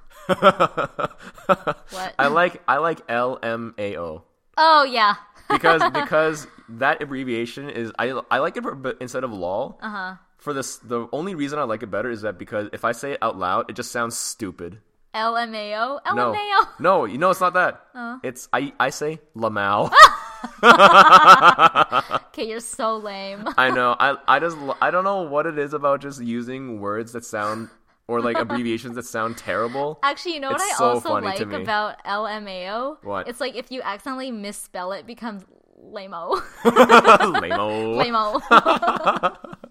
S1: what?
S2: I like I like L M A O
S1: oh yeah,
S2: because because that abbreviation is I I like it for, but instead of lol. Uh
S1: Uh-huh.
S2: huh. For this, the only reason I like it better is that because if I say it out loud, it just sounds stupid.
S1: LMAO. LMAO.
S2: No, no, you know it's not that.
S1: Oh.
S2: It's I I say lamau.
S1: Okay, you're so lame.
S2: I know. I I just lo- I don't know what it is about just using words that sound or like abbreviations that sound terrible.
S1: Actually, you know what
S2: It's
S1: I
S2: so
S1: also
S2: funny
S1: like
S2: to me.
S1: about LMAO?
S2: What?
S1: It's like if you accidentally misspell it, it becomes lameo.
S2: Lame-o.
S1: lameo.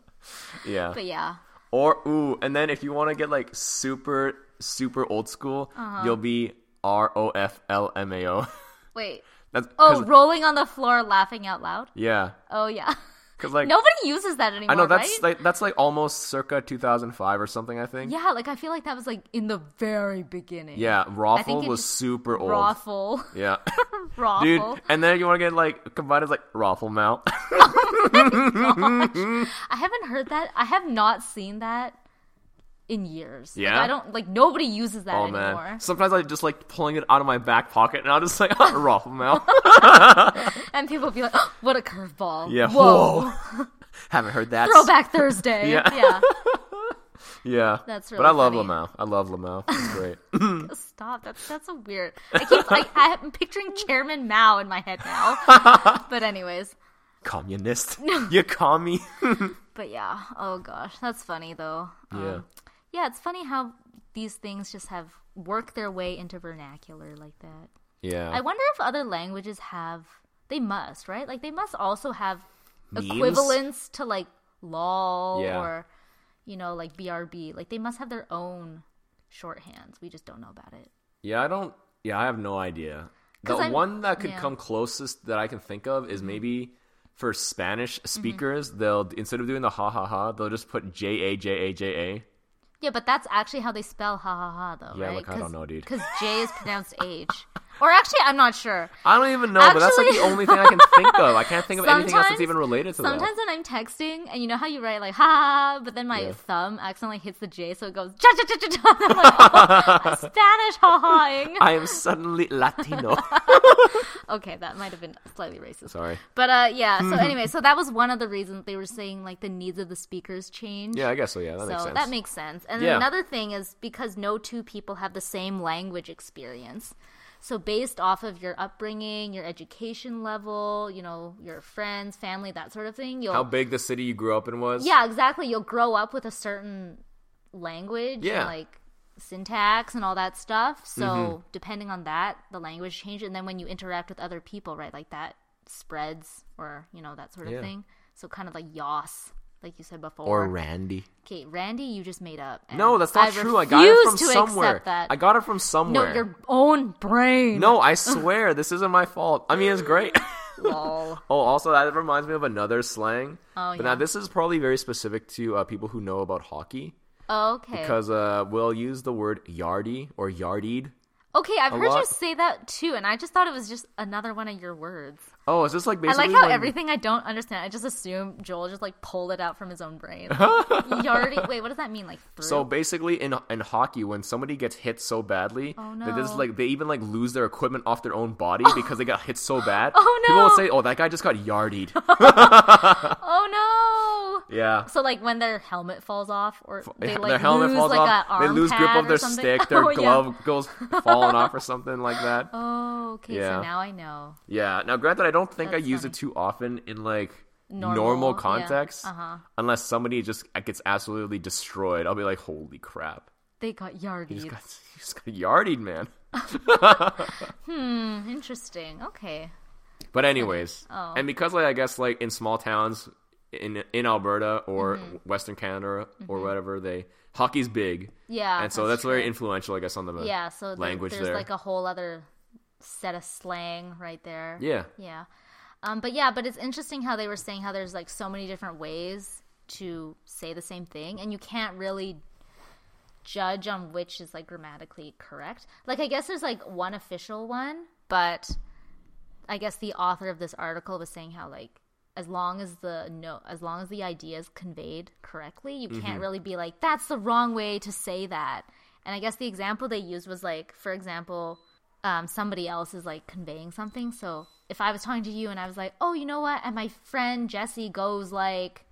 S2: Yeah.
S1: but yeah.
S2: Or ooh, and then if you want to get like super super old school,
S1: Uh-huh.
S2: you'll be R O F L M A O.
S1: Wait.
S2: That's 'cause-
S1: Oh, rolling on the floor, laughing out loud.
S2: yeah,
S1: Oh yeah.
S2: because like
S1: Nobody uses that anymore.
S2: I know that's
S1: right?
S2: like that's like almost circa 2005 or something. I think.
S1: Yeah, like I feel like that was like in the very beginning.
S2: Yeah,
S1: think
S2: Raffle
S1: it
S2: was
S1: just-
S2: super old.
S1: Raffle.
S2: Yeah, dude,
S1: Raffle.
S2: and then you want to get like combined as like Raffle Mount.
S1: I haven't heard that. I have not seen that in years. Like,
S2: Yeah?
S1: I don't like nobody uses that
S2: oh man,
S1: anymore.
S2: sometimes I just like pulling it out of my back pocket, and I'll just like Raffle Mount.
S1: And people be like, "Oh, what a curveball.
S2: Yeah,
S1: Whoa.
S2: haven't heard that.
S1: Throwback Thursday.
S2: Yeah.
S1: yeah.
S2: Yeah,
S1: That's
S2: But I
S1: really
S2: love
S1: funny.
S2: Lamau. I love Lamau. It's great.
S1: Stop. That's that's a weird. I keep I, I'm picturing Chairman Mao in my head now. but anyways.
S2: communist. you commie.
S1: But yeah. Oh gosh. That's funny though.
S2: yeah.
S1: Yeah, it's funny how these things just have worked their way into vernacular like that.
S2: Yeah.
S1: I wonder if other languages have they must, right? Like they must also have
S2: Memes?
S1: equivalents to like lol
S2: Yeah.
S1: or you know, like BRB. Like they must have their own shorthands. We just don't know about it.
S2: yeah, I don't yeah, I have no idea. The
S1: 'Cause I'm-
S2: one that could
S1: yeah. Mm-hmm.
S2: come closest that I can think of is maybe for Spanish speakers, they'll instead of doing the ha ha ha, they'll just put J A J A J A.
S1: Yeah, but that's actually how they spell ha ha ha though,
S2: Yeah,
S1: right?
S2: look, I don't know, dude.
S1: Because J is pronounced H. Or actually I'm not sure.
S2: I don't even know, but that's like the
S1: Actually-
S2: only thing I can think of. I can't think of anything else that's
S1: Sometimes-
S2: even related to that.
S1: Sometimes when I'm texting, and you know how you write like ha, but then my
S2: Yeah.
S1: thumb accidentally hits the J, so it goes cha cha cha cha cha. and I'm like, oh, Spanish ha haing.
S2: I am suddenly Latino.
S1: Okay, that might have been slightly racist.
S2: Sorry.
S1: But uh, yeah.
S2: Mm-hmm.
S1: So anyway, so that was one of the reasons they were saying like the needs of the speakers change.
S2: Yeah, I guess so. Yeah, that
S1: So
S2: makes sense.
S1: that makes sense. And
S2: Yeah.
S1: then another thing is because no two people have the same language experience. So based off of your upbringing, your education level, you know, your friends, family, that sort of thing, you'll
S2: How big the city you grew up in was.
S1: Yeah, exactly. You'll grow up with a certain language, and,
S2: Yeah. Mm-hmm.
S1: like syntax and all that stuff. So depending on that, the language changes, and then when you interact with other people, right, like that spreads, or you know that sort of
S2: Yeah.
S1: thing. So kind of like yos, like you said before.
S2: Or Randy.
S1: okay, Randy, you just made up. and
S2: No, that's not true. I got it
S1: refuse
S2: from
S1: to
S2: somewhere.
S1: Accept that.
S2: I got it from somewhere.
S1: no, your own brain.
S2: No, I swear, this isn't my fault. I mean, it's great.
S1: Lol.
S2: Oh, also that reminds me of another slang.
S1: Oh,
S2: but now
S1: yeah.
S2: this is probably very specific to uh, people who know about hockey
S1: Okay.
S2: because uh, we'll use the word yardie or yardied.
S1: okay, I've heard you
S2: lot-
S1: say that too, and I just thought it was just another one of your words.
S2: Oh, is this like
S1: I
S2: basically?
S1: like how
S2: when-
S1: everything I don't understand, I just assume Joel just like pulled it out from his own brain. Yardy. Wait, what does that mean? Like fruit?
S2: So basically, in in hockey, when somebody gets hit so badly,
S1: Oh,
S2: that this
S1: no.
S2: like they even like lose their equipment off their own body because they got hit so bad.
S1: Oh,
S2: People will
S1: no.
S2: say, "Oh, that guy just got yardied."
S1: oh no.
S2: yeah.
S1: So like when their helmet falls off, or they
S2: Yeah,
S1: like
S2: their helmet
S1: lose
S2: falls
S1: like
S2: off.
S1: a arm
S2: they lose grip
S1: pad
S2: of
S1: or
S2: their
S1: something?
S2: stick. Their
S1: Oh, yeah.
S2: glove goes falling off or something like that.
S1: Oh, okay.
S2: Yeah.
S1: So now I know.
S2: Yeah. Now, granted, I don't think I
S1: That's
S2: use
S1: funny.
S2: it too often in like normal,
S1: Normal, yeah.
S2: context,
S1: Uh-huh.
S2: unless somebody just gets absolutely destroyed. I'll be like, "Holy crap!"
S1: They got
S2: You just
S1: yardied.
S2: got, you just got yardied, man.
S1: Mm, interesting. Okay.
S2: But anyways,
S1: Oh.
S2: and because like I guess like in small towns in in Alberta or
S1: Mm-hmm.
S2: Western Canada or whatever, they hockey's big,
S1: Yeah.
S2: and so that's,
S1: Mm-hmm.
S2: very
S1: true.
S2: influential, I guess, on the
S1: yeah. So there-
S2: language
S1: there's
S2: there.
S1: like a whole other set of slang right there.
S2: yeah,
S1: Yeah. Um, but yeah, but it's interesting how they were saying how there's like so many different ways to say the same thing, and you can't really judge on which is like grammatically correct. Like, I guess there's like one official one, but I guess the author of this article was saying how like as long as the no as long as the idea is conveyed correctly, you
S2: Mm-hmm.
S1: can't really be like that's the wrong way to say that. And I guess the example they used was like, for example, um, somebody else is like conveying something. So if I was talking to you and I was like, oh, you know what? And my friend Jessie goes like,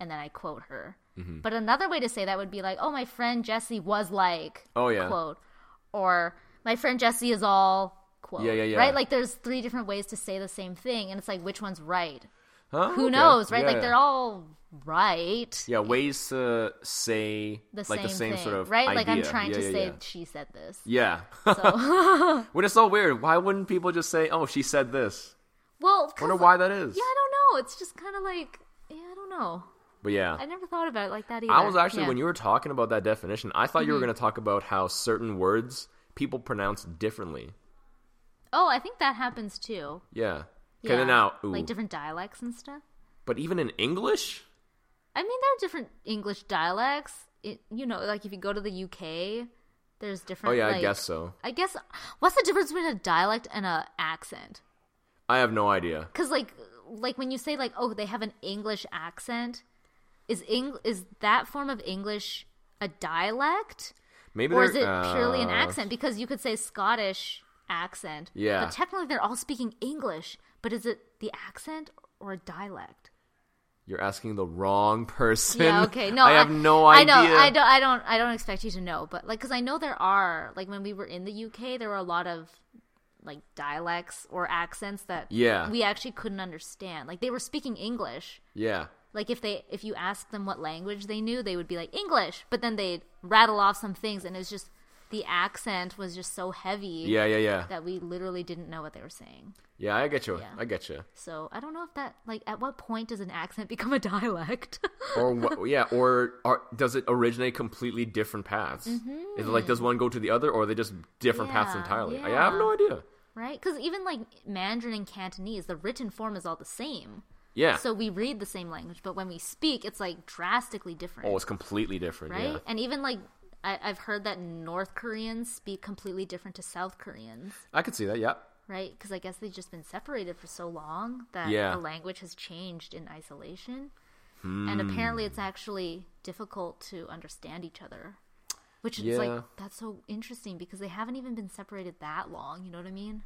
S1: and then I quote her.
S2: Mm-hmm.
S1: But another way to say that would be like, oh, my friend Jessie was like,
S2: Oh, yeah.
S1: quote, or my friend Jessie is all quote,
S2: Yeah, yeah, yeah.
S1: right? Like there's three different ways to say the same thing, and it's like which one's right?
S2: Huh?
S1: Who
S2: Oh, Okay.
S1: knows, right?
S2: Yeah,
S1: like
S2: yeah.
S1: they're all right.
S2: yeah ways to say
S1: The
S2: like
S1: same
S2: the same
S1: thing,
S2: sort of
S1: right?
S2: idea.
S1: Like I'm trying
S2: yeah,
S1: to
S2: yeah,
S1: say
S2: yeah.
S1: she said this.
S2: Yeah,
S1: So,
S2: which is so weird. Why wouldn't people just say, "Oh, she said this"?
S1: well, 'cause
S2: Wonder why that is.
S1: Yeah, I don't know. It's just kind of like yeah, I don't know.
S2: But yeah,
S1: I never thought about it like that either.
S2: I was actually
S1: Yeah. Mm-hmm.
S2: when you were talking about that definition, I thought you were going to talk about how certain words people pronounce differently.
S1: Oh, I think that happens too.
S2: Yeah. Okay,
S1: Yeah.
S2: then now, ooh.
S1: like different dialects and stuff.
S2: but even in English,
S1: I mean, there are different English dialects. It, you know, like if you go to the UK, there's
S2: oh
S1: different.
S2: yeah, I
S1: like-
S2: guess so.
S1: I guess what's the difference between a dialect and a accent?
S2: I have no idea.
S1: Because like like when you say like oh they have an English accent, is Eng- is that form of English a dialect
S2: Maybe
S1: or is
S2: they're-
S1: it purely an
S2: uh,
S1: accent? Because you could say Scottish accent.
S2: Yeah.
S1: But technically they're all speaking English, but is it the accent or a dialect?
S2: You're asking the wrong person.
S1: Yeah. Okay. No.
S2: I have no idea.
S1: I know. I don't. I don't. I don't expect you to know, but like, because I know there are like when we were in the UK, there were a lot of like dialects or accents that
S2: Yeah.
S1: we actually couldn't understand. Like they were speaking English.
S2: Yeah.
S1: Like if they if you asked them what language they knew, they would be like English, but then they'd rattle off some things, and it was just the accent was just so heavy
S2: Yeah, yeah, yeah.
S1: that we literally didn't know what they were saying.
S2: Yeah, I get you.
S1: Yeah.
S2: I get you.
S1: So I don't know if that like at what point does an accent become a dialect?
S2: Or what, yeah, or, or does it originate completely different paths? Is it like does one go to the other or are they just different paths
S1: Mm-hmm. Yeah,
S2: entirely? I
S1: yeah.
S2: have no idea.
S1: right? Because even like Mandarin and Cantonese, the written form is all the same.
S2: Yeah.
S1: So we read the same language, but when we speak, it's like drastically different,
S2: oh, it's completely different.
S1: right?
S2: Yeah.
S1: And even like I- I've heard that North Koreans speak completely different to South Koreans,
S2: I could see that. Yeah.
S1: right? Because I guess they've just been separated for so long that
S2: Yeah.
S1: the language has changed in isolation, and
S2: Hmm.
S1: apparently it's actually difficult to understand each other. Which is
S2: Yeah.
S1: like that's so interesting because they haven't even been separated that long. You know what I mean?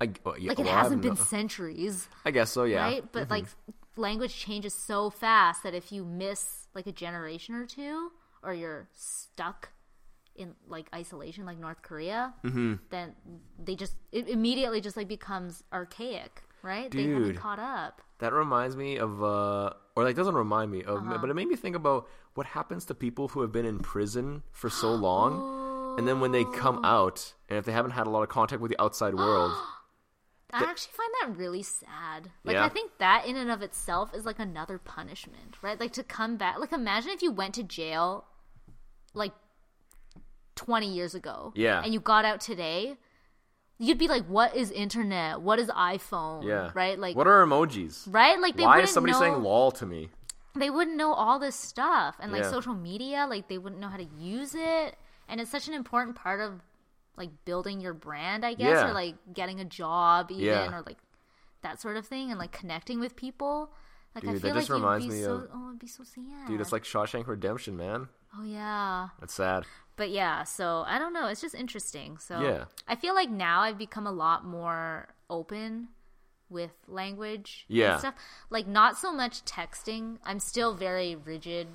S2: I, oh, yeah,
S1: Like it
S2: well, I have
S1: hasn't
S2: no-
S1: been centuries.
S2: I guess so. Yeah. Mm-hmm.
S1: right? But like language changes so fast that if you miss like a generation or two, or you're stuck in like isolation, like North Korea,
S2: Mm-hmm.
S1: then they just it immediately just like becomes archaic, right? They haven't
S2: Dude.
S1: caught up.
S2: That reminds me of, uh, or like doesn't remind me of,
S1: Uh-huh.
S2: but it made me think about what happens to people who have been in prison for so long, and then when they
S1: Oh.
S2: come out, and if they haven't had a lot of contact with the outside world,
S1: I actually find that really sad. Like
S2: Yeah.
S1: I think that in and of itself is like another punishment, right? Like to come back. Like imagine if you went to jail like 20 years ago
S2: Yeah.
S1: and you got out today. you'd be like, what is internet? What is iPhone?
S2: Yeah.
S1: Right? Like,
S2: what are emojis?
S1: right? Like, they
S2: Why
S1: wouldn't
S2: is somebody
S1: know,
S2: saying lol to me?
S1: They wouldn't know all this stuff. And like
S2: Yeah.
S1: social media, like, they wouldn't know how to use it. And it's such an important part of like building your brand, I guess,
S2: Yeah.
S1: or like getting a job, even,
S2: Yeah.
S1: or like that sort of thing, and like connecting with people. Like, I
S2: Dude, that
S1: feel
S2: just
S1: like
S2: reminds
S1: you'd be
S2: me
S1: so,
S2: of-
S1: oh, it'd be so sad.
S2: Dude, it's like Shawshank Redemption, man.
S1: oh, yeah.
S2: That's sad.
S1: But yeah, so I don't know. It's just interesting. So
S2: Yeah.
S1: I feel like now I've become a lot more open with language and
S2: Yeah.
S1: stuff. Like not so much texting. I'm still very rigid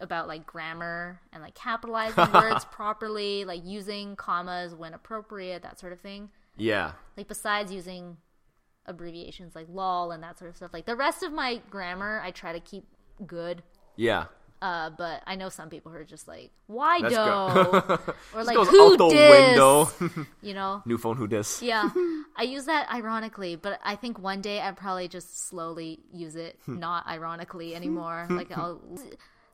S1: about like grammar and like capitalizing words properly, like using commas when appropriate, that sort of thing.
S2: Yeah.
S1: Like besides using abbreviations like lol and that sort of stuff. Like the rest of my grammar I try to keep good.
S2: Yeah.
S1: Uh, but I know some people who are just like, why do?
S2: Let's go.
S1: or
S2: This
S1: like
S2: goes
S1: who
S2: out the
S1: dis?
S2: window.
S1: you know
S2: New phone, who dis?
S1: yeah i use that ironically but i think one day i probably just slowly use it
S2: Hmm.
S1: not ironically anymore like i'll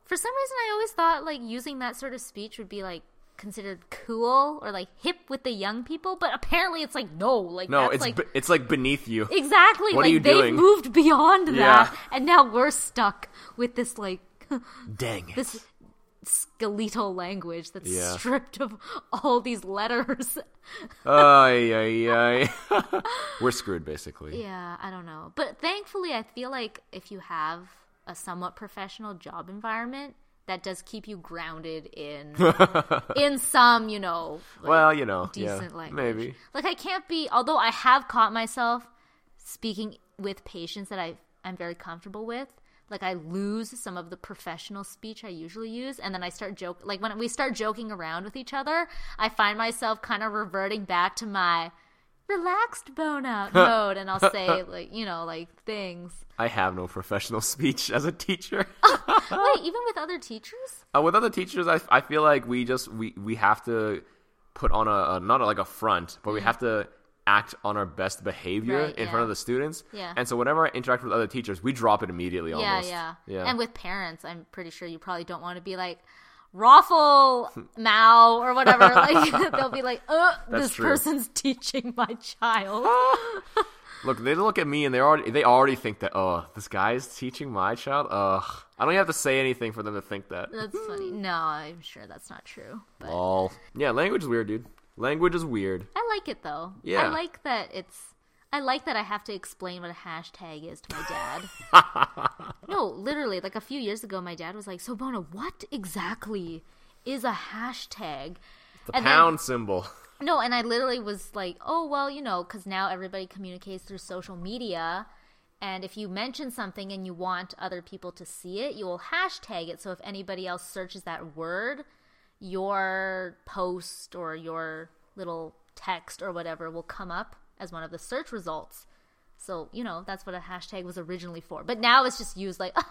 S1: for some reason i always thought like using that sort of speech would be like considered cool or like hip with the young people but apparently it's like no like
S2: No,
S1: that's
S2: it's
S1: like
S2: be- it's like beneath you.
S1: exactly
S2: What are
S1: like
S2: you
S1: they've
S2: doing?
S1: moved beyond
S2: Yeah.
S1: that and now we're stuck with this like
S2: Dang it.
S1: this skeletal language that's
S2: Yeah.
S1: stripped of all these letters
S2: Ay, ay, ay. We're screwed, basically.
S1: Yeah, I don't know. But thankfully, I feel like if you have a somewhat professional job environment, that does keep you grounded in in some, you know, like,
S2: Well, you know,
S1: decent
S2: yeah,
S1: language.
S2: maybe.
S1: Like I can't be although I have caught myself speaking with patients that I I'm very comfortable with. Like I lose some of the professional speech I usually use and then I start joke like when we start joking around with each other, I find myself kind of reverting back to my relaxed bone out mode and I'll say like, you know, like things.
S2: I have no professional speech as a teacher.
S1: Oh.
S2: Oh.
S1: Wait, even with other teachers?
S2: uh, with other teachers, I, I feel like we just we we have to put on a, a not like a front, but we have to act on our best behavior
S1: Mm-hmm. Right,
S2: in
S1: yeah.
S2: front of the students.
S1: Yeah.
S2: And so whenever I interact with other teachers, we drop it immediately. Almost.
S1: Yeah, yeah,
S2: yeah.
S1: And with parents, I'm pretty sure you probably don't want to be like Raffle Mao or whatever. Like they'll be like, "Uh,
S2: That's
S1: this
S2: true.
S1: person's teaching my child."
S2: look, they look at me and they already they already think that oh this guy is teaching my child. Ugh, I don't even have to say anything for them to think that.
S1: that's funny. No, I'm sure that's not true. But
S2: Lol. Yeah, language is weird, dude. Language is weird.
S1: I like it though. I
S2: Yeah.
S1: like that it's. I like that I have to explain what a hashtag is to my dad. no, literally, like a few years ago, my dad was like, "So, Bona, what exactly is a hashtag?"
S2: The
S1: And then-
S2: pound symbol.
S1: No, and I literally was like, oh, well, you know, because now everybody communicates through social media. And if you mention something and you want other people to see it, you will hashtag it. So if anybody else searches that word, your post or your little text or whatever will come up as one of the search results. So, you know, that's what a hashtag was originally for. But now it's just used like,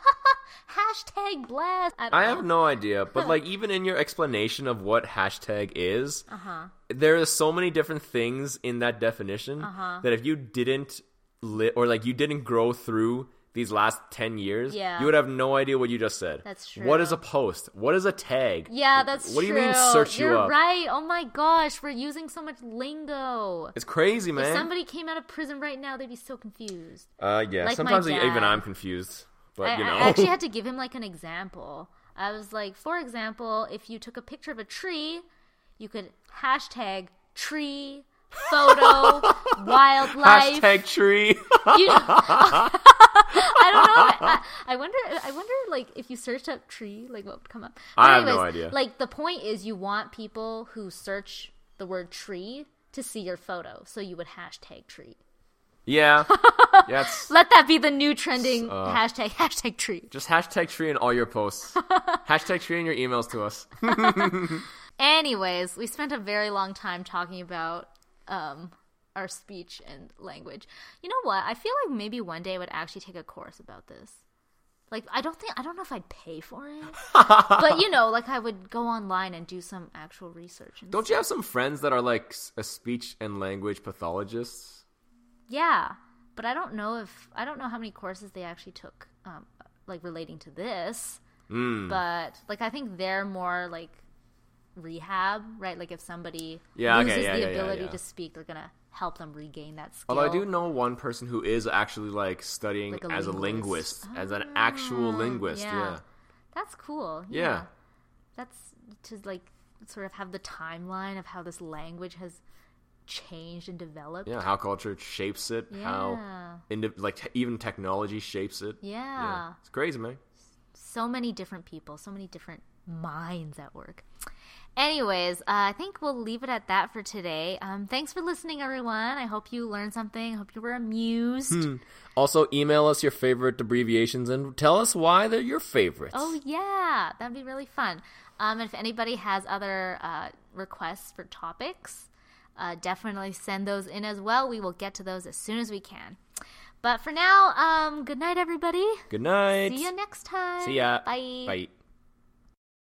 S1: hashtag blast. I, don't
S2: I
S1: know.
S2: have no idea, but like even in your explanation of what hashtag is,
S1: Uh-huh.
S2: there are so many different things in that definition
S1: Uh-huh.
S2: that if you didn't li- or like you didn't grow through these last 10 years,
S1: Yeah.
S2: you would have no idea what you just said.
S1: That's
S2: What is
S1: true.
S2: a post? What is a tag?
S1: Yeah, that's
S2: What do
S1: true.
S2: you mean search you
S1: You're
S2: up?
S1: right. Oh my gosh, we're using so much lingo.
S2: It's crazy,
S1: If
S2: man.
S1: somebody came out of prison right now, they'd be so confused.
S2: uh yeah,
S1: like my
S2: sometimes e-
S1: dad.
S2: even I'm confused, but
S1: I,
S2: you know.
S1: I actually had to give him like an example. I was like, for example, if you took a picture of a tree, you could hashtag tree photo wildlife.
S2: Hashtag tree.
S1: You- I don't know. I, I wonder. I wonder, like, if you searched up tree, like, what would come up? But
S2: I have no idea.
S1: Like, the point is, you want people who search the word tree to see your photo, so you would hashtag tree.
S2: yeah. Yeah, it's
S1: Let that be the new trending
S2: uh,
S1: hashtag. Hashtag tree.
S2: just hashtag tree in all your posts. hashtag tree in your emails to us.
S1: Anyways, we spent a very long time talking about um, our speech and language. You know what? I feel like maybe one day I would actually take a course about this. Like, I don't think, I don't know if I'd pay for it. but, you know, like I would go online and do some actual research. And
S2: Don't you have some friends that are like s- a speech and language pathologists?
S1: Yeah. But I don't know if, I don't know how many courses they actually took, um,
S2: Hmm.
S1: like relating to this. But, like, I think they're more like rehab, right? Like if somebody
S2: Yeah, okay,
S1: loses
S2: yeah,
S1: the
S2: yeah, yeah,
S1: ability
S2: yeah.
S1: to speak, they're gonna help them regain that skill.
S2: Although I do know one person who is actually like studying
S1: Like a
S2: as
S1: linguist. Ah,
S2: a linguist, as an actual linguist.
S1: yeah.
S2: Yeah.
S1: That's cool.
S2: Yeah.
S1: yeah. That's to like sort of have the timeline of how this language has changed and developed.
S2: Yeah, how culture shapes it, how
S1: Yeah.
S2: indiv- like te- even technology shapes it.
S1: Yeah.
S2: It's crazy, man.
S1: So many different people, so many different minds at work. Anyways, uh, I think we'll leave it at that for today. Um, thanks for listening, everyone. I hope you learned something. I hope you were amused.
S3: Also, email us your favorite abbreviations and tell us why they're your favorites.
S1: Oh yeah, that'd be really fun. Um, and if anybody has other uh, requests for topics, uh, definitely send those in as well. We will get to those as soon as we can. But for now, um, good night, everybody.
S2: Good night.
S1: See you next time.
S3: See ya.
S1: Bye.
S3: Bye.